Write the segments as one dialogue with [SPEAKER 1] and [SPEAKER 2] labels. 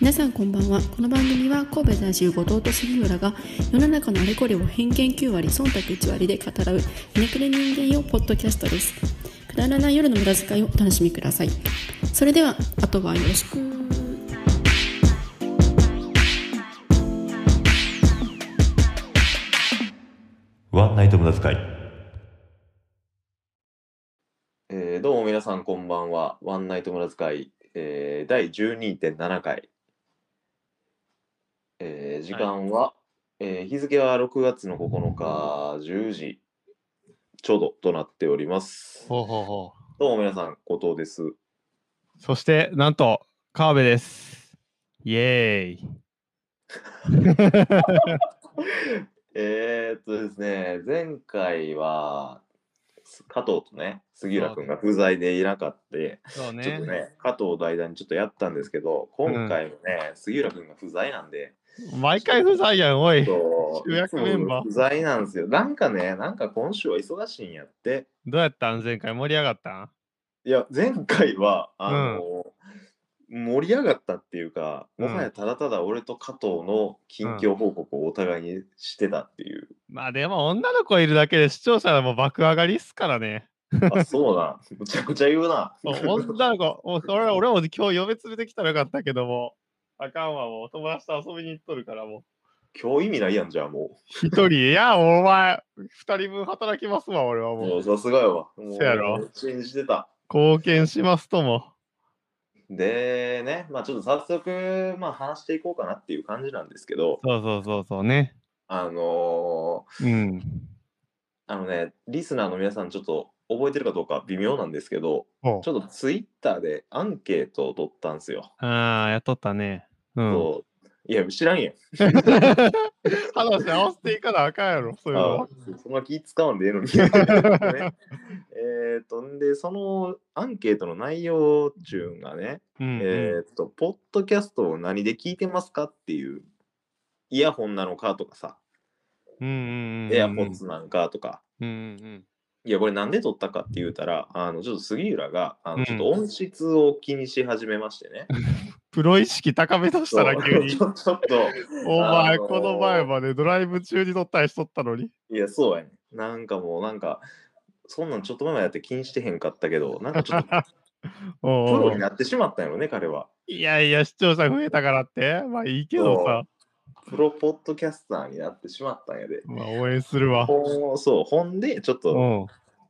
[SPEAKER 1] 皆さんこんばんはこの番組は神戸在住後藤と杉浦が世の中のあれこれを偏見9割忖度1割で語らうひねくれ人間用ポッドキャストですくだらない夜の無駄遣いをお楽しみくださいそれではあとはよろしく
[SPEAKER 2] ワンナイト無駄遣い。
[SPEAKER 3] えーどうも皆さんこんばんは。ワンナイト村使い、えー、第12.7回。えー時間は、えー日付は6月の9日10時ちょうどとなっております。
[SPEAKER 4] ほうほうほ
[SPEAKER 3] どうも皆さん、後藤です。
[SPEAKER 4] う。そして、なんと、川辺です。イエーイ。
[SPEAKER 3] えーっとですね、前回はす加藤とね、杉浦君が不在でいなかった、
[SPEAKER 4] そう
[SPEAKER 3] ちょっとね、加藤代打にちょっとやったんですけど、今回もね、杉浦君が不在なんで、
[SPEAKER 4] 毎回不在やん、おい。ど
[SPEAKER 3] そう
[SPEAKER 4] 主役メンバー
[SPEAKER 3] いつも不在なんですよ。なんかね、なんか今週は忙しいんやって。
[SPEAKER 4] うやったん前回盛り上がったん
[SPEAKER 3] いや、前回は、あの、盛り上がったっていうか、
[SPEAKER 4] うん
[SPEAKER 3] もはやただただ俺と加藤の近況報告をお互いにしてたって いう。
[SPEAKER 4] まあでも女の子いるだけで視聴者はもう爆上がりっすから ね。
[SPEAKER 3] あ、そうなん。むちゃくちゃ言うな。
[SPEAKER 4] そう女の子、もう俺ら俺も今日嫁連れてきたらよかったけども、あかんわ、もう友達と遊びに行っとるからもう。
[SPEAKER 3] 今日意味ないやんじゃあも
[SPEAKER 4] 一人、いや、お前、二人分働きますわ、俺は
[SPEAKER 3] う。
[SPEAKER 4] もう。
[SPEAKER 3] もうさすがやわ。も
[SPEAKER 4] せやろ
[SPEAKER 3] 信じてた。
[SPEAKER 4] 貢献しますとも。
[SPEAKER 3] でね、まあちょっと早速、まあ話していこうかなっていう感じなんですけど、
[SPEAKER 4] そうそうそうそうね。
[SPEAKER 3] あのー、
[SPEAKER 4] うん。
[SPEAKER 3] あのね、リスナーの皆さん、ちょっと覚えてるかどうか微妙なんですけど、
[SPEAKER 4] ほう
[SPEAKER 3] ちょっとツイッターでアンケートを取ったんですよ。
[SPEAKER 4] ああ、やっとったね。うん。
[SPEAKER 3] そういや、知らんやん。
[SPEAKER 4] 話合わせていかなあかんやろ、そういうの
[SPEAKER 3] あ
[SPEAKER 4] は。
[SPEAKER 3] そんな気使わんでえ えのに。ねえー、とんで、そのアンケートの内容っていうのがね、
[SPEAKER 4] うん
[SPEAKER 3] えー、と、ポッドキャストを何で聞いてますかっていう、イヤホンなのかとかさ、
[SPEAKER 4] うんうんうんうん。
[SPEAKER 3] エアポッツなのかとか、
[SPEAKER 4] うんうん
[SPEAKER 3] いや、これなんで撮ったかって言うたら、あの、ちょっと杉浦が、あ
[SPEAKER 4] う
[SPEAKER 3] の
[SPEAKER 4] ん
[SPEAKER 3] ちょっと音質を気にし始めましてね。
[SPEAKER 4] プロ意識高め出したら急 に
[SPEAKER 3] そ。うちょっと、
[SPEAKER 4] お
[SPEAKER 3] あ
[SPEAKER 4] 前、
[SPEAKER 3] のー
[SPEAKER 4] この前までドライブ中に撮ったりしとったのに。
[SPEAKER 3] いや、そうやね。なんかもう、なんか、そんなんちょっと前までやって気にしてへんかったけど、なんかちょっと プ
[SPEAKER 4] おうお
[SPEAKER 3] ロ
[SPEAKER 4] う
[SPEAKER 3] になってしまったんやろね、彼は。
[SPEAKER 4] いやいや、視聴者増えたからって。まあいいけどさ。
[SPEAKER 3] プロポッドキャスターになってしまったんやで。
[SPEAKER 4] まあ応援するわ。
[SPEAKER 3] ほんそう、ほんで、ちょっと、
[SPEAKER 4] おう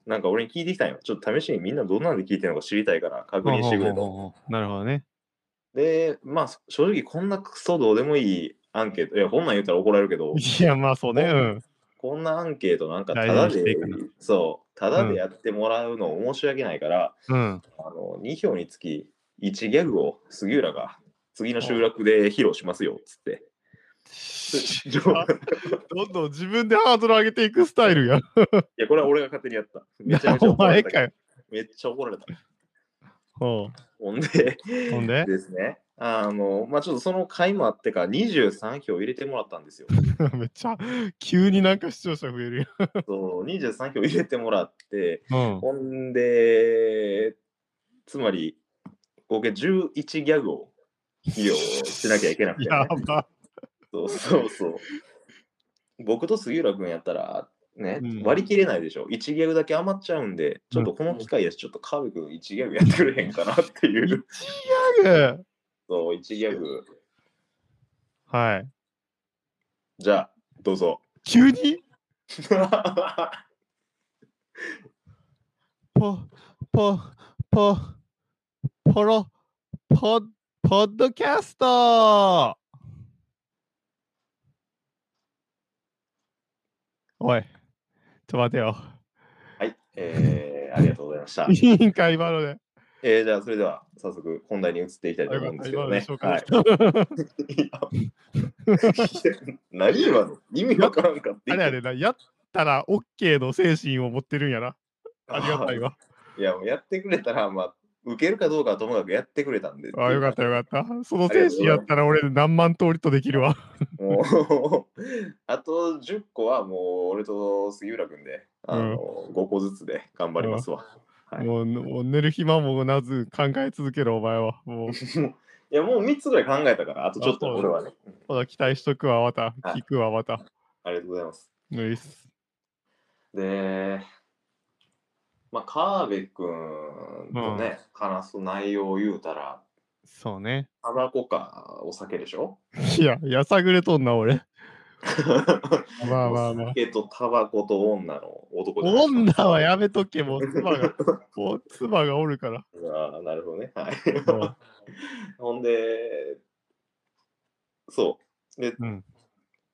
[SPEAKER 3] なんか俺に聞いてきたんよ。ちょっと試しにみんなどんなんで聞いてるのか知りたいから確
[SPEAKER 4] ほう
[SPEAKER 3] 認し
[SPEAKER 4] ほ
[SPEAKER 3] て
[SPEAKER 4] う
[SPEAKER 3] く
[SPEAKER 4] ほう
[SPEAKER 3] れと。
[SPEAKER 4] ほうなるほどね。
[SPEAKER 3] で、まあ、正直こんなクソどうでもいいアンケート、いや、こんなん言ったら怒られるけ ど、
[SPEAKER 4] いや、まあそうね。うん。
[SPEAKER 3] こんなアンケートなんかた
[SPEAKER 4] 大
[SPEAKER 3] だ
[SPEAKER 4] 事に
[SPEAKER 3] で
[SPEAKER 4] していかな、
[SPEAKER 3] そう、ただ
[SPEAKER 4] う
[SPEAKER 3] で
[SPEAKER 4] ん
[SPEAKER 3] やってもらうの申し訳ないから、
[SPEAKER 4] うん。
[SPEAKER 3] あの2票につき1ギャグを杉浦が次の集落で披露しますよっつって。
[SPEAKER 4] どんどん自分でハードル上げていくスタイル や。
[SPEAKER 3] いや、これは俺が勝手にや った。めちゃめちゃ
[SPEAKER 4] お
[SPEAKER 3] 怒ら
[SPEAKER 4] 前
[SPEAKER 3] れ
[SPEAKER 4] か
[SPEAKER 3] た。
[SPEAKER 4] よ。
[SPEAKER 3] めっちゃ怒られた。
[SPEAKER 4] おう
[SPEAKER 3] ほんで、
[SPEAKER 4] ほんで
[SPEAKER 3] ですね。あの、まあちょっとその回もあってか、23票入れてもらったんです よ。
[SPEAKER 4] めっちゃ急になんか視聴者増える
[SPEAKER 3] そう、23票入れてもらって、
[SPEAKER 4] やん。
[SPEAKER 3] ほんで、つまり、合計11ギャグを披露しなきゃいけなくて、ね
[SPEAKER 4] や。ば。
[SPEAKER 3] そうそうそう。僕と杉浦君やったら、ね、
[SPEAKER 4] うん
[SPEAKER 3] 割り切れないでしょ。1ギャグだけ余っちゃうんで、ちょっとこの機会やし、ちょっと川辺君1ギャグやってくれへんかなっていう。そう、1ギャグ。
[SPEAKER 4] はい。
[SPEAKER 3] じゃあ、どうぞ。
[SPEAKER 4] 急にポ、ポ、ポ、ポロ、ポ、ポッドキャストおい、ちょっと待て よ。
[SPEAKER 3] はい、えー、ありがとうございました。
[SPEAKER 4] 委員会今ので。
[SPEAKER 3] えー、じゃあ、それでは早速本題に移っていきたいと思うんですけ
[SPEAKER 4] 今
[SPEAKER 3] ど
[SPEAKER 4] ので
[SPEAKER 3] ね。
[SPEAKER 4] 紹
[SPEAKER 3] は
[SPEAKER 4] 介
[SPEAKER 3] い
[SPEAKER 4] し、
[SPEAKER 3] い
[SPEAKER 4] た。
[SPEAKER 3] や 何今の意味わからんかって
[SPEAKER 4] あれあれな、やったら OK の精神を持ってるんやな。ありがたいわ。
[SPEAKER 3] いや、もうやってくれたら、まあ、受けるかどうかはともかくやってくれたんで。
[SPEAKER 4] あよかったよかった。その精神やったら俺何万通りとできるわ。
[SPEAKER 3] もう あと10個はもう俺と杉浦君であの、5個ずつで頑張りますわ。はい
[SPEAKER 4] もうもう寝る暇もなず考え続けるお前は。もう
[SPEAKER 3] もういや、もう3つぐらい考えたから、あとちょっと
[SPEAKER 4] あそう
[SPEAKER 3] 俺はね。うん
[SPEAKER 4] ほら、期待しとくわ、また。
[SPEAKER 3] はい
[SPEAKER 4] 聞くわ、また。
[SPEAKER 3] ありがとうございます。
[SPEAKER 4] ういっす。
[SPEAKER 3] で、まあ、河辺くんとね、話す内容を言うたら、
[SPEAKER 4] そうね。
[SPEAKER 3] タバコかお酒でしょ
[SPEAKER 4] いや、やさぐれとんな、 俺。まあまあま
[SPEAKER 3] お
[SPEAKER 4] あ。
[SPEAKER 3] 酒とタバコと女の男じゃないです
[SPEAKER 4] 女
[SPEAKER 3] か
[SPEAKER 4] はやめとけ、もう妻が、もう妻がおるから。
[SPEAKER 3] ああ、なるほどね。はい
[SPEAKER 4] うん。
[SPEAKER 3] ほんで、そう。で、
[SPEAKER 4] うん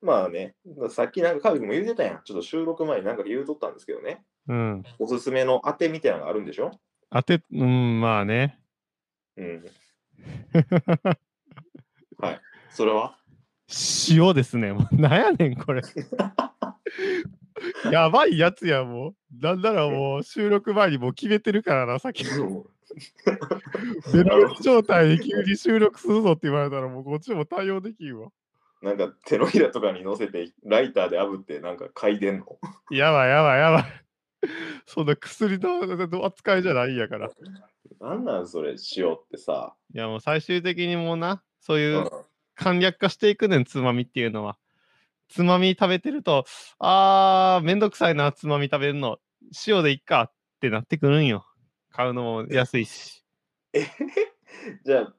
[SPEAKER 3] まあね、さっきなんかカビ君も言うてたやん。ちょっと収録前になんか言うとったんですけどね。
[SPEAKER 4] うん。
[SPEAKER 3] おすすめの当てみたいなのがあるんでしょ
[SPEAKER 4] 当て、うん、まあね。
[SPEAKER 3] うん。はい。それは
[SPEAKER 4] 塩ですね。もうなんやねん、 これ。やばいやつや、もう。なんならもう収録前にもう決めてるからな、さっき。ベロベロ状態で急に収録するぞって言われたら、もうこっちも対応できんわ。
[SPEAKER 3] なんか手のひらとかに乗せてライターで炙ってなんか嗅いでんの
[SPEAKER 4] やばいやばいや ばい。そんな薬の扱いじゃないんやから。い
[SPEAKER 3] なんなんそれ塩ってさ、
[SPEAKER 4] やもう最終的にもうな、そ
[SPEAKER 3] う
[SPEAKER 4] うい
[SPEAKER 3] ん
[SPEAKER 4] う簡略化していくねん、つまみっていうのは。つまみ食べてると、あー、めんどくさいな、つまみ食べるの。塩でいっかってなってくるんよ。買うのも安いし。
[SPEAKER 3] じゃあ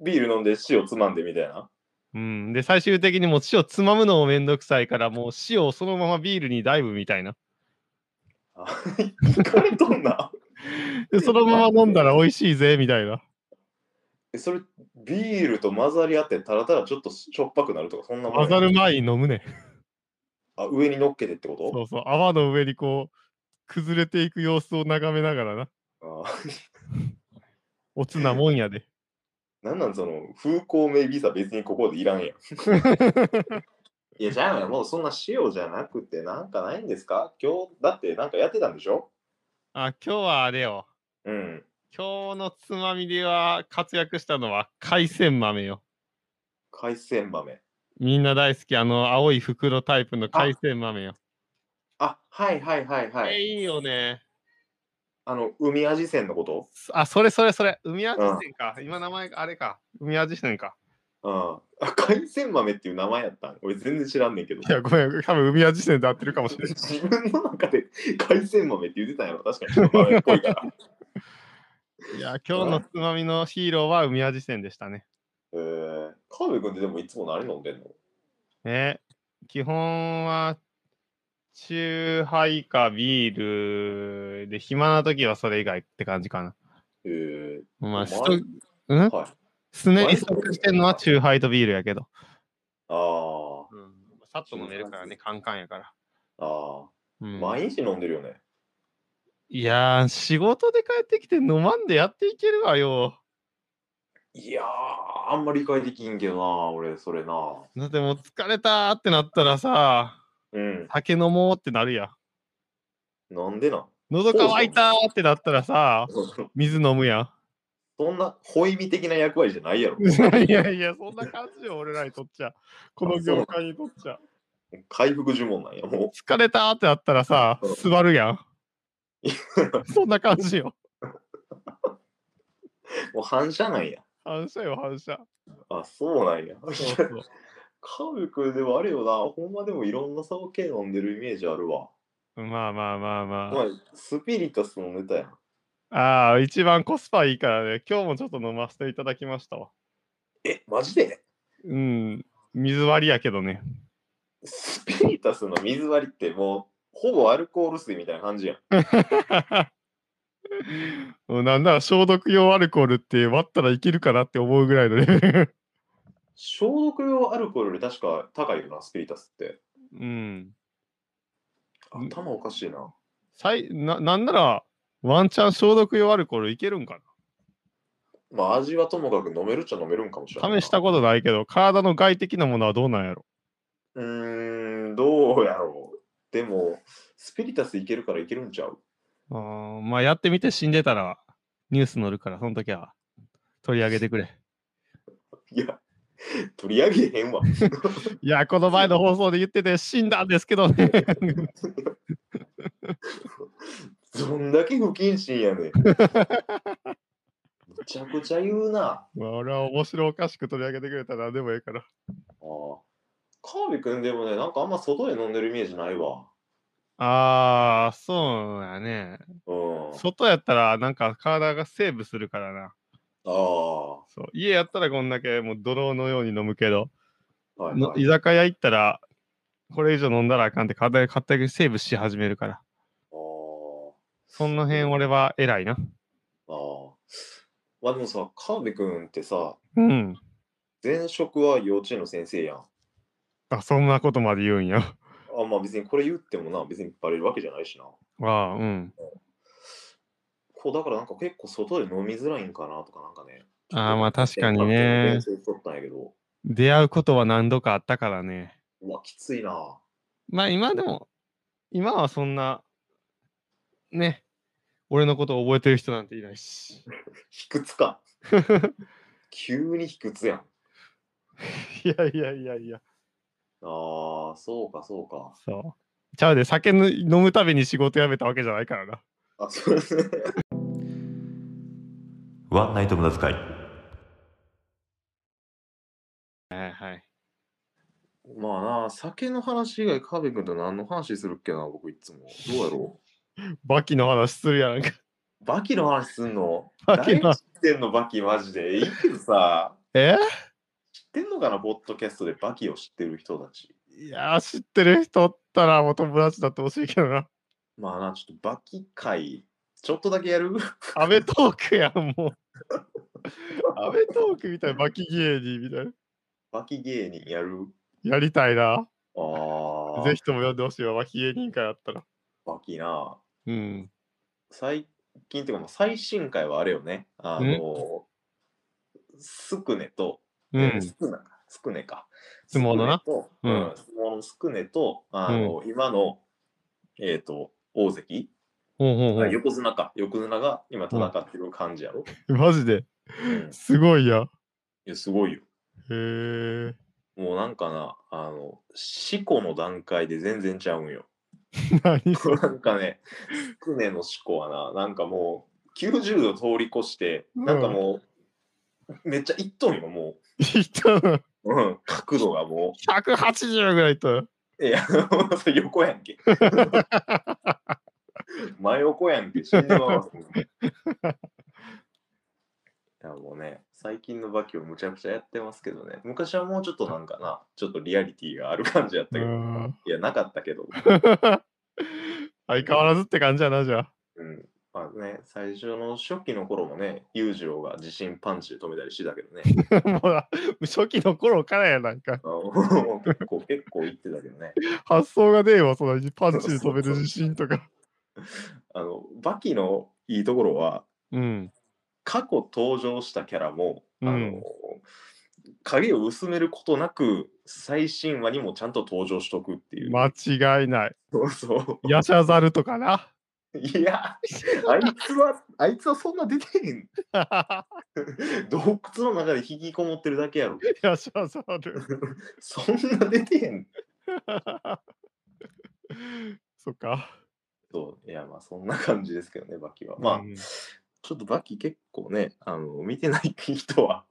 [SPEAKER 3] ビール飲んで塩つまんでみたいな
[SPEAKER 4] うん。で、最終的にもう塩つまむのもめんどくさいから、もう塩をそのままビールにダイブみたいな。
[SPEAKER 3] あ いかれとんな
[SPEAKER 4] で、そのまま飲んだら美味しいぜ、みた いな。
[SPEAKER 3] えそれビールと混ざり合ってたらたらちょっとしょっぱくなるとかそんなもん
[SPEAKER 4] 混ざる前に飲むねん。
[SPEAKER 3] あ上に乗っけてってこ
[SPEAKER 4] そ
[SPEAKER 3] と
[SPEAKER 4] うそう、泡の上にこう、崩れていく様子を眺めながらな。
[SPEAKER 3] あー
[SPEAKER 4] おつなもんやで。
[SPEAKER 3] なんなんその風光明媚さ別にここでい らんやんいやじゃあもうそんな塩じゃなくてなんかないんですか今日だってなんかやってたんでしょ
[SPEAKER 4] あ、今日はあれよ。
[SPEAKER 3] うん
[SPEAKER 4] 今日のつまみでは活躍したのは海鮮豆よ。
[SPEAKER 3] 海鮮豆
[SPEAKER 4] みんな大好き、あの青い袋タイプの海鮮豆よ。
[SPEAKER 3] あはいはいはい
[SPEAKER 4] あ
[SPEAKER 3] は
[SPEAKER 4] れ
[SPEAKER 3] い
[SPEAKER 4] いいよね。
[SPEAKER 3] あの海味鮮のこと
[SPEAKER 4] あ、それそれそれ。海味線か。今名前があれか。海味線か。
[SPEAKER 3] ああ海鮮豆っていう名前やったん俺全然知らんねんけど
[SPEAKER 4] いや、ごめん。多分海味線で合ってるかもしれない。
[SPEAKER 3] 自分の中で海鮮豆って言ってたんやろ確かにちょっと豆っぽいから、
[SPEAKER 4] いや、今日のつまみのヒーローは海味線でしたね。
[SPEAKER 3] えー、川辺君ってでもいつも何飲んでんの
[SPEAKER 4] ね。基本は、チューハイかビールで、暇な時はそれ以外って感じかな。
[SPEAKER 3] え
[SPEAKER 4] ま
[SPEAKER 3] うま
[SPEAKER 4] あ、
[SPEAKER 3] い
[SPEAKER 4] ストうん
[SPEAKER 3] ー、はい
[SPEAKER 4] すねにストックしてんのはチューハイとビールやけど。
[SPEAKER 3] あ
[SPEAKER 4] うん、さっと飲めるからね、カンカンやから。
[SPEAKER 3] あああ
[SPEAKER 4] うん、
[SPEAKER 3] 毎日飲んでるよね
[SPEAKER 4] いやー、仕事で帰ってきて飲まんでやっていけるわよ。
[SPEAKER 3] いやーあんまり理解できんけどな俺それな
[SPEAKER 4] だってもう疲れたーってなったらさ、
[SPEAKER 3] うん
[SPEAKER 4] 酒飲もうってなるやん。
[SPEAKER 3] なんで なん
[SPEAKER 4] 喉乾いたーってなったらさ、水飲むやん。
[SPEAKER 3] そんなホイミ的な役割じゃないや ろ
[SPEAKER 4] いやいや、そんな感じよ、俺らにとっちゃ。この業界にとっちゃ。
[SPEAKER 3] 回復呪文なんやもう
[SPEAKER 4] 疲れたーってなったらさ、座るやん。そんな感じよ。
[SPEAKER 3] もう反射なんや
[SPEAKER 4] 反射よ、反射。
[SPEAKER 3] あそうなんや
[SPEAKER 4] そうそう
[SPEAKER 3] カブくんでもあれよな、ほんまでもいろんな酒飲んでるイメージあるわ。
[SPEAKER 4] まあまあまあまあ。
[SPEAKER 3] まあ、スピリタスのネタやん。
[SPEAKER 4] ああ、一番コスパいいからね、今日もちょっと飲ませていただきましたわ。
[SPEAKER 3] え、マジで
[SPEAKER 4] うん、水割りやけどね。
[SPEAKER 3] スピリタスの水割りってもう、ほぼアルコール水みたいな感じやん。
[SPEAKER 4] もうなんなら消毒用アルコールって割ったらいけるかなって思うぐらいのレベ ル。
[SPEAKER 3] 消毒用アルコールより確か高いよな、スピリタスって。
[SPEAKER 4] うん。うん
[SPEAKER 3] 頭おかしいな。
[SPEAKER 4] 最ななんならワンチャン消毒用アルコールいけるんか
[SPEAKER 3] まあ、味はともかく飲めるっちゃ飲めるんかもしれな
[SPEAKER 4] な。
[SPEAKER 3] い。
[SPEAKER 4] 試したことないけど、体の外的なものはどうなんやろ。
[SPEAKER 3] うーん、どうやろう。でも、スピリタスいけるからいけるんちゃう
[SPEAKER 4] あーまあやってみて死んでたらニュース載るから、その時は取り上げてくれ。
[SPEAKER 3] いや、取り上げへ んわ。
[SPEAKER 4] いや、この前の放送で言ってて死んだんですけどね。
[SPEAKER 3] どんだけ不謹慎やねん。めちゃくちゃ言うな。
[SPEAKER 4] まあ、俺は面白おかしく取り上げてくれたら何でもええから。
[SPEAKER 3] あー川辺くんでもね、なんかあんま外で飲んでるイメージないわ。
[SPEAKER 4] ああ、そうやね。
[SPEAKER 3] うん。あ
[SPEAKER 4] 外やったらなんか体がセーブするから
[SPEAKER 3] あ
[SPEAKER 4] な。
[SPEAKER 3] ー。
[SPEAKER 4] そう家やったらこんだけもう泥のように飲むけど、
[SPEAKER 3] はい
[SPEAKER 4] の
[SPEAKER 3] はい
[SPEAKER 4] 居酒屋行ったらこれ以上飲んだらあかんって体が勝手にセーブし始めるから。
[SPEAKER 3] あー
[SPEAKER 4] その辺俺は偉いな。
[SPEAKER 3] あー。まあでもさ、川辺くんってさ、
[SPEAKER 4] うん。
[SPEAKER 3] 前職は幼稚園の先生やん。
[SPEAKER 4] あ、そんなことまで言うんや。
[SPEAKER 3] あまあ別にこれ言ってもな、別にバレるわけじゃないしな。
[SPEAKER 4] ああ、うん。
[SPEAKER 3] こうだからなんか結構外で飲みづらいんかなとかなんかね。
[SPEAKER 4] ああ、まあ確かに
[SPEAKER 3] 勉
[SPEAKER 4] ね。
[SPEAKER 3] 強しとったんやけど。
[SPEAKER 4] 出会うことは何度かあったからね。
[SPEAKER 3] うわ、きついな。
[SPEAKER 4] まあ今でも、今はそんな、ね、俺のことを覚えてる人なんていないし。
[SPEAKER 3] 卑屈か。急に卑屈やん。
[SPEAKER 4] いやいやいやいや。
[SPEAKER 3] ああ、そうか、そうか。
[SPEAKER 4] そう。ちゃうで、酒の飲むたびに仕事辞めたわけじゃないからな。
[SPEAKER 3] あ、そうですね。
[SPEAKER 2] ワンナイト無駄遣い。
[SPEAKER 4] はいはい。
[SPEAKER 3] まあな、酒の話以外、カーベ君と何の話するっけな、僕いつも。どうやろ
[SPEAKER 4] バキの話するやんか。
[SPEAKER 3] う。バキの話すんの
[SPEAKER 4] バキの
[SPEAKER 3] 誰知ってんの、バキ、マジで。いいけどさ、
[SPEAKER 4] え
[SPEAKER 3] 知ってんのかな、ポッドキャストでバキを知ってる人たち。
[SPEAKER 4] いやー、知ってる人おったらもう友達だってほしいけどな。
[SPEAKER 3] まあな、ちょっとバキ会、ちょっとだけやる
[SPEAKER 4] アメトークやん、もう。アメトークみたいな、バキ芸人みたいな。
[SPEAKER 3] バキ芸人やる
[SPEAKER 4] やりたいな。
[SPEAKER 3] ああ、
[SPEAKER 4] ぜひとも呼んでほしいわ、バキ芸人会あったら。
[SPEAKER 3] バキな。
[SPEAKER 4] うん。
[SPEAKER 3] 最近っていうか、もう最新回はあれよね。あの、スクネと、
[SPEAKER 4] う
[SPEAKER 3] えー
[SPEAKER 4] ん。
[SPEAKER 3] スクナかスクネか。
[SPEAKER 4] 相撲のな
[SPEAKER 3] スクネと。
[SPEAKER 4] う
[SPEAKER 3] うんん。相撲のスクネと、あの、今の、えっ、と、大関、
[SPEAKER 4] ほうほうほ
[SPEAKER 3] あ横綱か。横綱が今戦ってる感じやろ。
[SPEAKER 4] う。マジで。
[SPEAKER 3] うん、い
[SPEAKER 4] すごいや。へ
[SPEAKER 3] や、すごいよ。
[SPEAKER 4] え。
[SPEAKER 3] もうなんかな、あの、四股の段階で全然ちゃうんよ。
[SPEAKER 4] 何それ。
[SPEAKER 3] なんかね、スクネの四股はな、なんかもう、90度通り越して、なんかもう、めっちゃいっとんよ、も
[SPEAKER 4] いたの
[SPEAKER 3] う。うん、角度がも
[SPEAKER 4] ?180 ぐらいいたの
[SPEAKER 3] う、いや、 それ横やん け。真横やんけ、死んでまうわ そんなんいやもうね、最近のバキをむちゃくちゃやってますけどね、昔はもうちょっとなんかな、ちょっとリアリティがある感じやったけど、
[SPEAKER 4] うん
[SPEAKER 3] いや、なかったけど、
[SPEAKER 4] 相変わらずって感じやな、じゃあ。
[SPEAKER 3] うん。まあね、最初の初期の頃もね、裕次郎が自信パンチで止めたりしてたけどね、
[SPEAKER 4] もうな初期の頃からやなんか
[SPEAKER 3] あの 結構、結構言ってたけどね、
[SPEAKER 4] 発想がねえわそのパンチで止める自信とか
[SPEAKER 3] あの、バキのいいところは、
[SPEAKER 4] うん
[SPEAKER 3] 過去登場したキャラも、あ
[SPEAKER 4] う
[SPEAKER 3] の
[SPEAKER 4] ん、
[SPEAKER 3] 影を薄めることなく、最新話にもちゃんと登場しとくっていう。
[SPEAKER 4] 間違いない
[SPEAKER 3] そうそ
[SPEAKER 4] ヤシャザルとかな
[SPEAKER 3] う。いや、あいつは、あいつはそんな出てへ ん。洞窟の中で引きこもってるだけやろ。
[SPEAKER 4] ヤシャザル
[SPEAKER 3] そんな出てへん。
[SPEAKER 4] そっか
[SPEAKER 3] そういやまあそんな感じですけどねバキはまあ、
[SPEAKER 4] うん
[SPEAKER 3] ちょっとバキ結構ねあの見てない人 は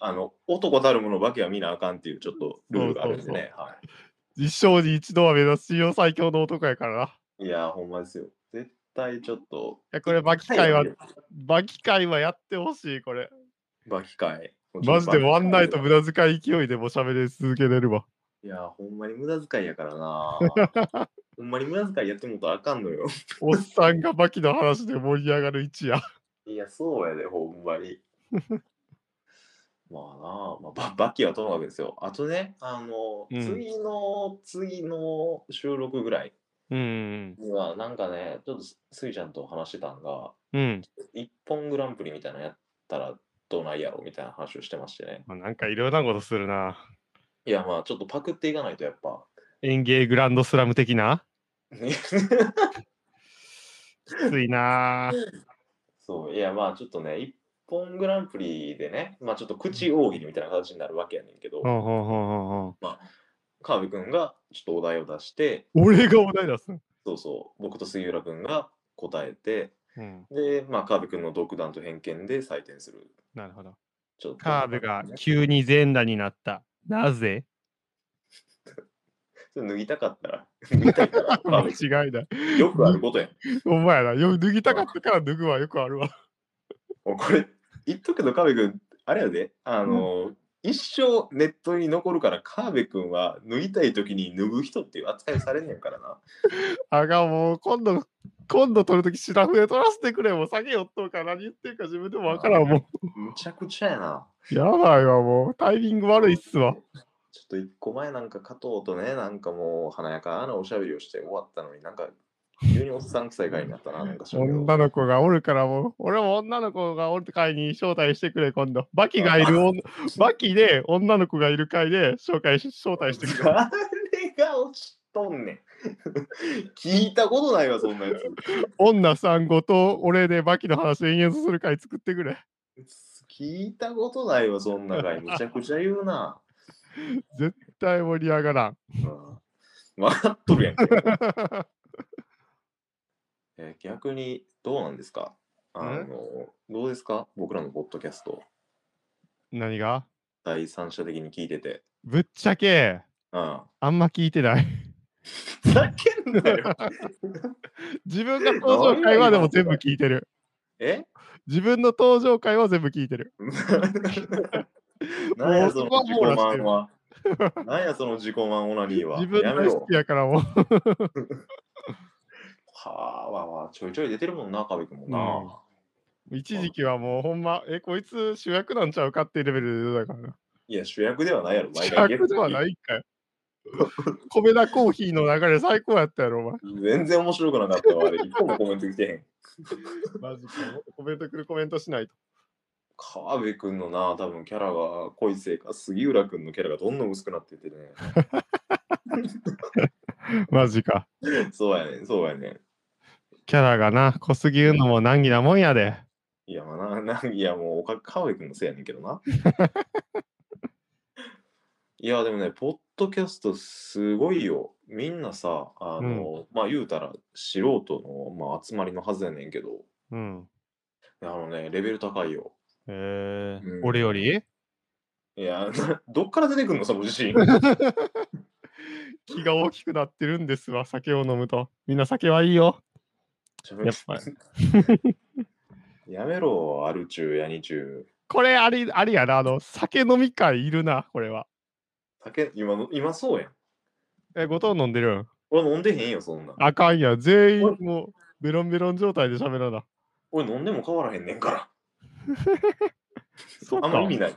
[SPEAKER 3] あの男たるものバキは見なあかんっていうちょっとルールがあるんでねは
[SPEAKER 4] 一生に一度は目指す史上最強の男やからない
[SPEAKER 3] いやほんまですよ絶対ちょっと
[SPEAKER 4] やこれバキ会はバキ会はやってほしいこれ
[SPEAKER 3] バキ会
[SPEAKER 4] マジでワンナイト無駄遣い勢いでもう喋り続けれるわ
[SPEAKER 3] いやほんまに無駄遣いやからな ほんまに無駄遣いやってもうたらあかんのよ
[SPEAKER 4] おっさんがバキの話で盛り上がる一夜
[SPEAKER 3] いやそうやでほんま にまあなあ、まあバ、バキはともかくですよあとねあの、
[SPEAKER 4] うん
[SPEAKER 3] 次の次の収録ぐらい
[SPEAKER 4] うん
[SPEAKER 3] にはなんかねちょっとすスイちゃんと話してたんが
[SPEAKER 4] うん
[SPEAKER 3] 一本グランプリみたいなのやったらどうなんやろみたいな話をしてましてね
[SPEAKER 4] まあなんかいろんなことするな。
[SPEAKER 3] いやまあちょっとパクっていかないとやっ ぱ
[SPEAKER 4] 園芸グランドスラム的なきついな。
[SPEAKER 3] そういやまあちょっとね一本グランプリでねまあちょっと口大喜利みたいな形になるわけやねんけど
[SPEAKER 4] ほうほうほうほうほ
[SPEAKER 3] 川辺くんがちょっとお題を出して
[SPEAKER 4] う俺がお題出すの。
[SPEAKER 3] そうそう僕と杉浦くんが答えて
[SPEAKER 4] うん。
[SPEAKER 3] で、まあ、カーブ君の独断と偏見で採点する。
[SPEAKER 4] なるほど。
[SPEAKER 3] ちょっと
[SPEAKER 4] カーブが急に全裸になった。なぜ
[SPEAKER 3] それ脱ぎたかったら、脱ぎたい から、カーブ君
[SPEAKER 4] 間違いだ。
[SPEAKER 3] よくあることやん。
[SPEAKER 4] お前ら、よ脱ぎたかったから脱ぐはよくあるわ。
[SPEAKER 3] もうこれ、言っとくけど、カーベ君、あれやで、あのー、一生ネットに残るから、カーベ君は脱ぎたい時に脱ぐ人っていう扱いをされんねんからな。
[SPEAKER 4] あがもう今度、今度撮るとき白笛取らせてくれ。もう酒酔っとうから何言ってるか自分で もわからん。も
[SPEAKER 3] むちゃくちゃやな。
[SPEAKER 4] う。 やばいわ、もう。タイミング悪いっすわ。
[SPEAKER 3] ちょっと一個前なんか加藤とね、なんかもう華やかなおしゃべりをして終わったのになんか、急におっさん臭い会になったな、なんか知らんけど
[SPEAKER 4] 女の子がおるからもう、俺も女の子がおる会に招待してくれ、今度。バキがいる 女、バキで女の子がいる会で紹介し招待してくれ。
[SPEAKER 3] 誰が落ちとん ねん。聞いたことないわ、そんなや
[SPEAKER 4] 女さんごと俺でバキの話延々とする会作ってくれ。
[SPEAKER 3] つ。聞いたことないわ、そんな回。むちゃくちゃ言うな。
[SPEAKER 4] 絶対盛り上がらん。
[SPEAKER 3] うん、分かっとるやんけ。えー逆にどうなんですかあのどうですか僕らのポッドキャスト、
[SPEAKER 4] 何が
[SPEAKER 3] 第三者的に聞いてて。
[SPEAKER 4] ぶっちゃけ、
[SPEAKER 3] うん。
[SPEAKER 4] あんま聞いてない。
[SPEAKER 3] ふざけんなよ。
[SPEAKER 4] 自分が登場会はでも全部聞いてる。
[SPEAKER 3] え
[SPEAKER 4] 自分の登場会は全部聞いてる。
[SPEAKER 3] なんやその自己
[SPEAKER 4] もうそこは網羅して
[SPEAKER 3] 満
[SPEAKER 4] る
[SPEAKER 3] は。なんやその自己満オナニーは。
[SPEAKER 4] 自分
[SPEAKER 3] やめ
[SPEAKER 4] 大
[SPEAKER 3] ろ
[SPEAKER 4] 好。きやからもう。
[SPEAKER 3] はあわあわあ、ちょいちょい出てるもんな、壁君も
[SPEAKER 4] うん
[SPEAKER 3] な。
[SPEAKER 4] 一時期はもうほんま、え、こいつ主役なんちゃうかっていうレベルだからな。
[SPEAKER 3] いや、主役ではないやろ、。
[SPEAKER 4] 主役ではないいんかよ。米田コーヒーの流れ最高やったやろ、お前。
[SPEAKER 3] 全然面白くなかったわ、あれ。一個もコメント来てへん。
[SPEAKER 4] マジか。コメント来るコメントしないと。
[SPEAKER 3] 川辺君のな、多分キャラが濃いせいか、杉浦君のキャラがどんどん薄くなってって ね。
[SPEAKER 4] マジか。
[SPEAKER 3] そうやねん、そうやねん。
[SPEAKER 4] キャラがな、濃すぎるのも難儀なもんやで。
[SPEAKER 3] いや、まあ、な、なんいや、もう、おか、川辺君のせいやねんけど な。いや、でもね、ポッドキャストすごいよ。みんなさ、あの、まあ、言うたら、素人の、まあ、集まりのはずやねんけど、
[SPEAKER 4] うん。
[SPEAKER 3] あのね、レベル高いよ。
[SPEAKER 4] え
[SPEAKER 3] ー
[SPEAKER 4] 俺より
[SPEAKER 3] いや、 どっから出てくんの、その自 信。
[SPEAKER 4] 気が大きくなってるんですわ、酒を飲むと。みんな酒はいいよ。やっぱ
[SPEAKER 3] やめろ、アル中、ヤニ中。
[SPEAKER 4] これあり、ありやな、あの、酒飲み会いるな、これは。
[SPEAKER 3] 酒、今の、今そうやん。
[SPEAKER 4] え、後藤飲んでるん
[SPEAKER 3] 俺飲んでへんよ、そんなん。
[SPEAKER 4] あかんや、全員もう、ベロンベロン状態で喋らな。
[SPEAKER 3] 俺飲んでも変わらへんねんから。
[SPEAKER 4] そう
[SPEAKER 3] あ
[SPEAKER 4] か
[SPEAKER 3] んま意味ない。い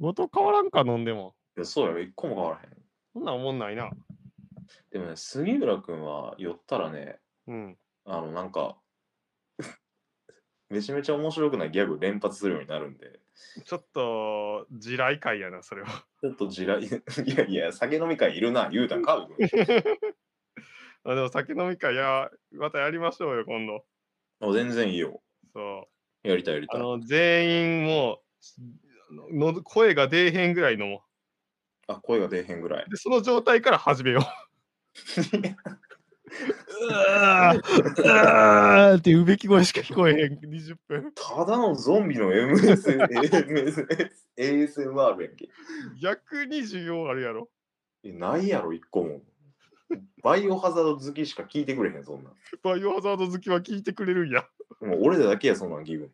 [SPEAKER 4] 後藤変わらんか、飲んでも。
[SPEAKER 3] やそうやろ、一個も変わらへん。
[SPEAKER 4] そんなん思んないな。
[SPEAKER 3] でもね、杉浦君は寄ったらね、
[SPEAKER 4] うん。
[SPEAKER 3] あの、なんか、めちゃめちゃ面白くないギャグ連発するようになるんで、
[SPEAKER 4] ちょっと、地雷会やな、それは。
[SPEAKER 3] ちょっと地雷、 いやいや、酒飲み会いるな、言うたんか、 僕。
[SPEAKER 4] あでも、酒飲み会、いや、またやりましょうよ、今度。
[SPEAKER 3] あ全然いいよ。
[SPEAKER 4] そう。
[SPEAKER 3] やりたい、やりた
[SPEAKER 4] あ
[SPEAKER 3] い。
[SPEAKER 4] の、全員もう、のの声が出えへんぐらいのも
[SPEAKER 3] あ、声が出えへんぐらい。
[SPEAKER 4] う。で、その状態から始めよう。うわーうわーってうべき声しか聞こえへん、20分。
[SPEAKER 3] ただのゾンビの MS、MS、ASMR やんけ。
[SPEAKER 4] 逆に需要あるやろ。
[SPEAKER 3] えないやろ、一個も。バイオハザード好きしか聞いてくれへん、そんなん。
[SPEAKER 4] バイオハザード好きは聞いてくれるんや。
[SPEAKER 3] もう俺らだけや、そんなん、ギブ。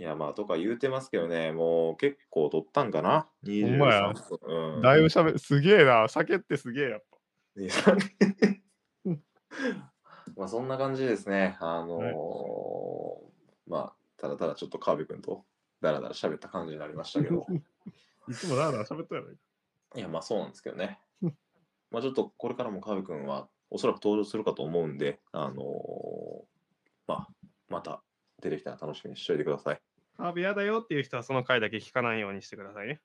[SPEAKER 3] いや、まあ、とか言うてますけどね、もう結構取ったんかな。
[SPEAKER 4] ほんまや
[SPEAKER 3] 23分。うん
[SPEAKER 4] だいぶしゃべ、すげえな。酒ってすげえやっぱ。
[SPEAKER 3] いや まあ、そんな感じですね。あのー
[SPEAKER 4] はい
[SPEAKER 3] まあ、ただただちょっと川辺君とだらだら喋った感じになりましたけど。
[SPEAKER 4] いつもラーラー喋ったやろ。
[SPEAKER 3] いや、まあそうなんですけどね。まあちょっとこれからも川辺君はおそらく登場するかと思うんで、あのーまあ、また出てきたら楽しみにしておいてください。
[SPEAKER 4] カーブ嫌だよっていう人はその回だけ聞かないようにしてくださいね。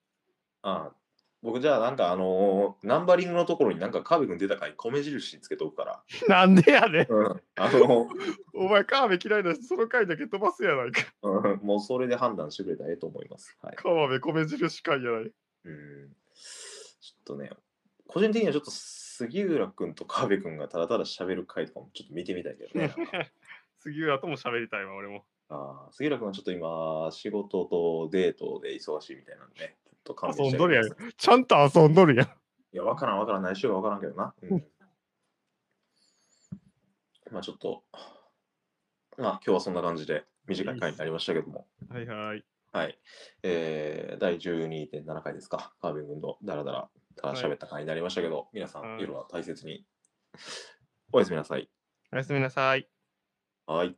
[SPEAKER 3] ああ僕じゃあなんかあのーナンバリングのところになんか川辺君出た回米印つけておくから。
[SPEAKER 4] なんでやねん。
[SPEAKER 3] うん、あの
[SPEAKER 4] お前、カーブ嫌いだし、その回だけ飛ばすやないか。
[SPEAKER 3] ー、うんもうそれで判断してくれたらええと思います。はい。
[SPEAKER 4] 川 辺米印会やない。
[SPEAKER 3] うん。ちょっとね、個人的にはちょっと杉浦君と川辺君がただただ喋る回とかもちょっと見てみたいけ どね。なんか
[SPEAKER 4] 杉浦とも喋りたいわ、俺も。
[SPEAKER 3] あー杉浦君はちょっと今、仕事とデートで忙しいみたいなんでね、ちょっと勘弁して
[SPEAKER 4] 遊んどるやん
[SPEAKER 3] い。
[SPEAKER 4] ちゃんと遊んどるやん。
[SPEAKER 3] や、わからんわからん、内緒がわからんけどな。うんまあちょっと、まあ今日はそんな感じで短い回になりましたけども、
[SPEAKER 4] はいはい。
[SPEAKER 3] はい。えー、第12.7回ですか。カービングのダラダラ、ただ喋った回になりましたけど、皆さ
[SPEAKER 4] は
[SPEAKER 3] ん、
[SPEAKER 4] い
[SPEAKER 3] 夜は大切に。おやすみなさい。
[SPEAKER 4] おやすみなさい。
[SPEAKER 3] はい。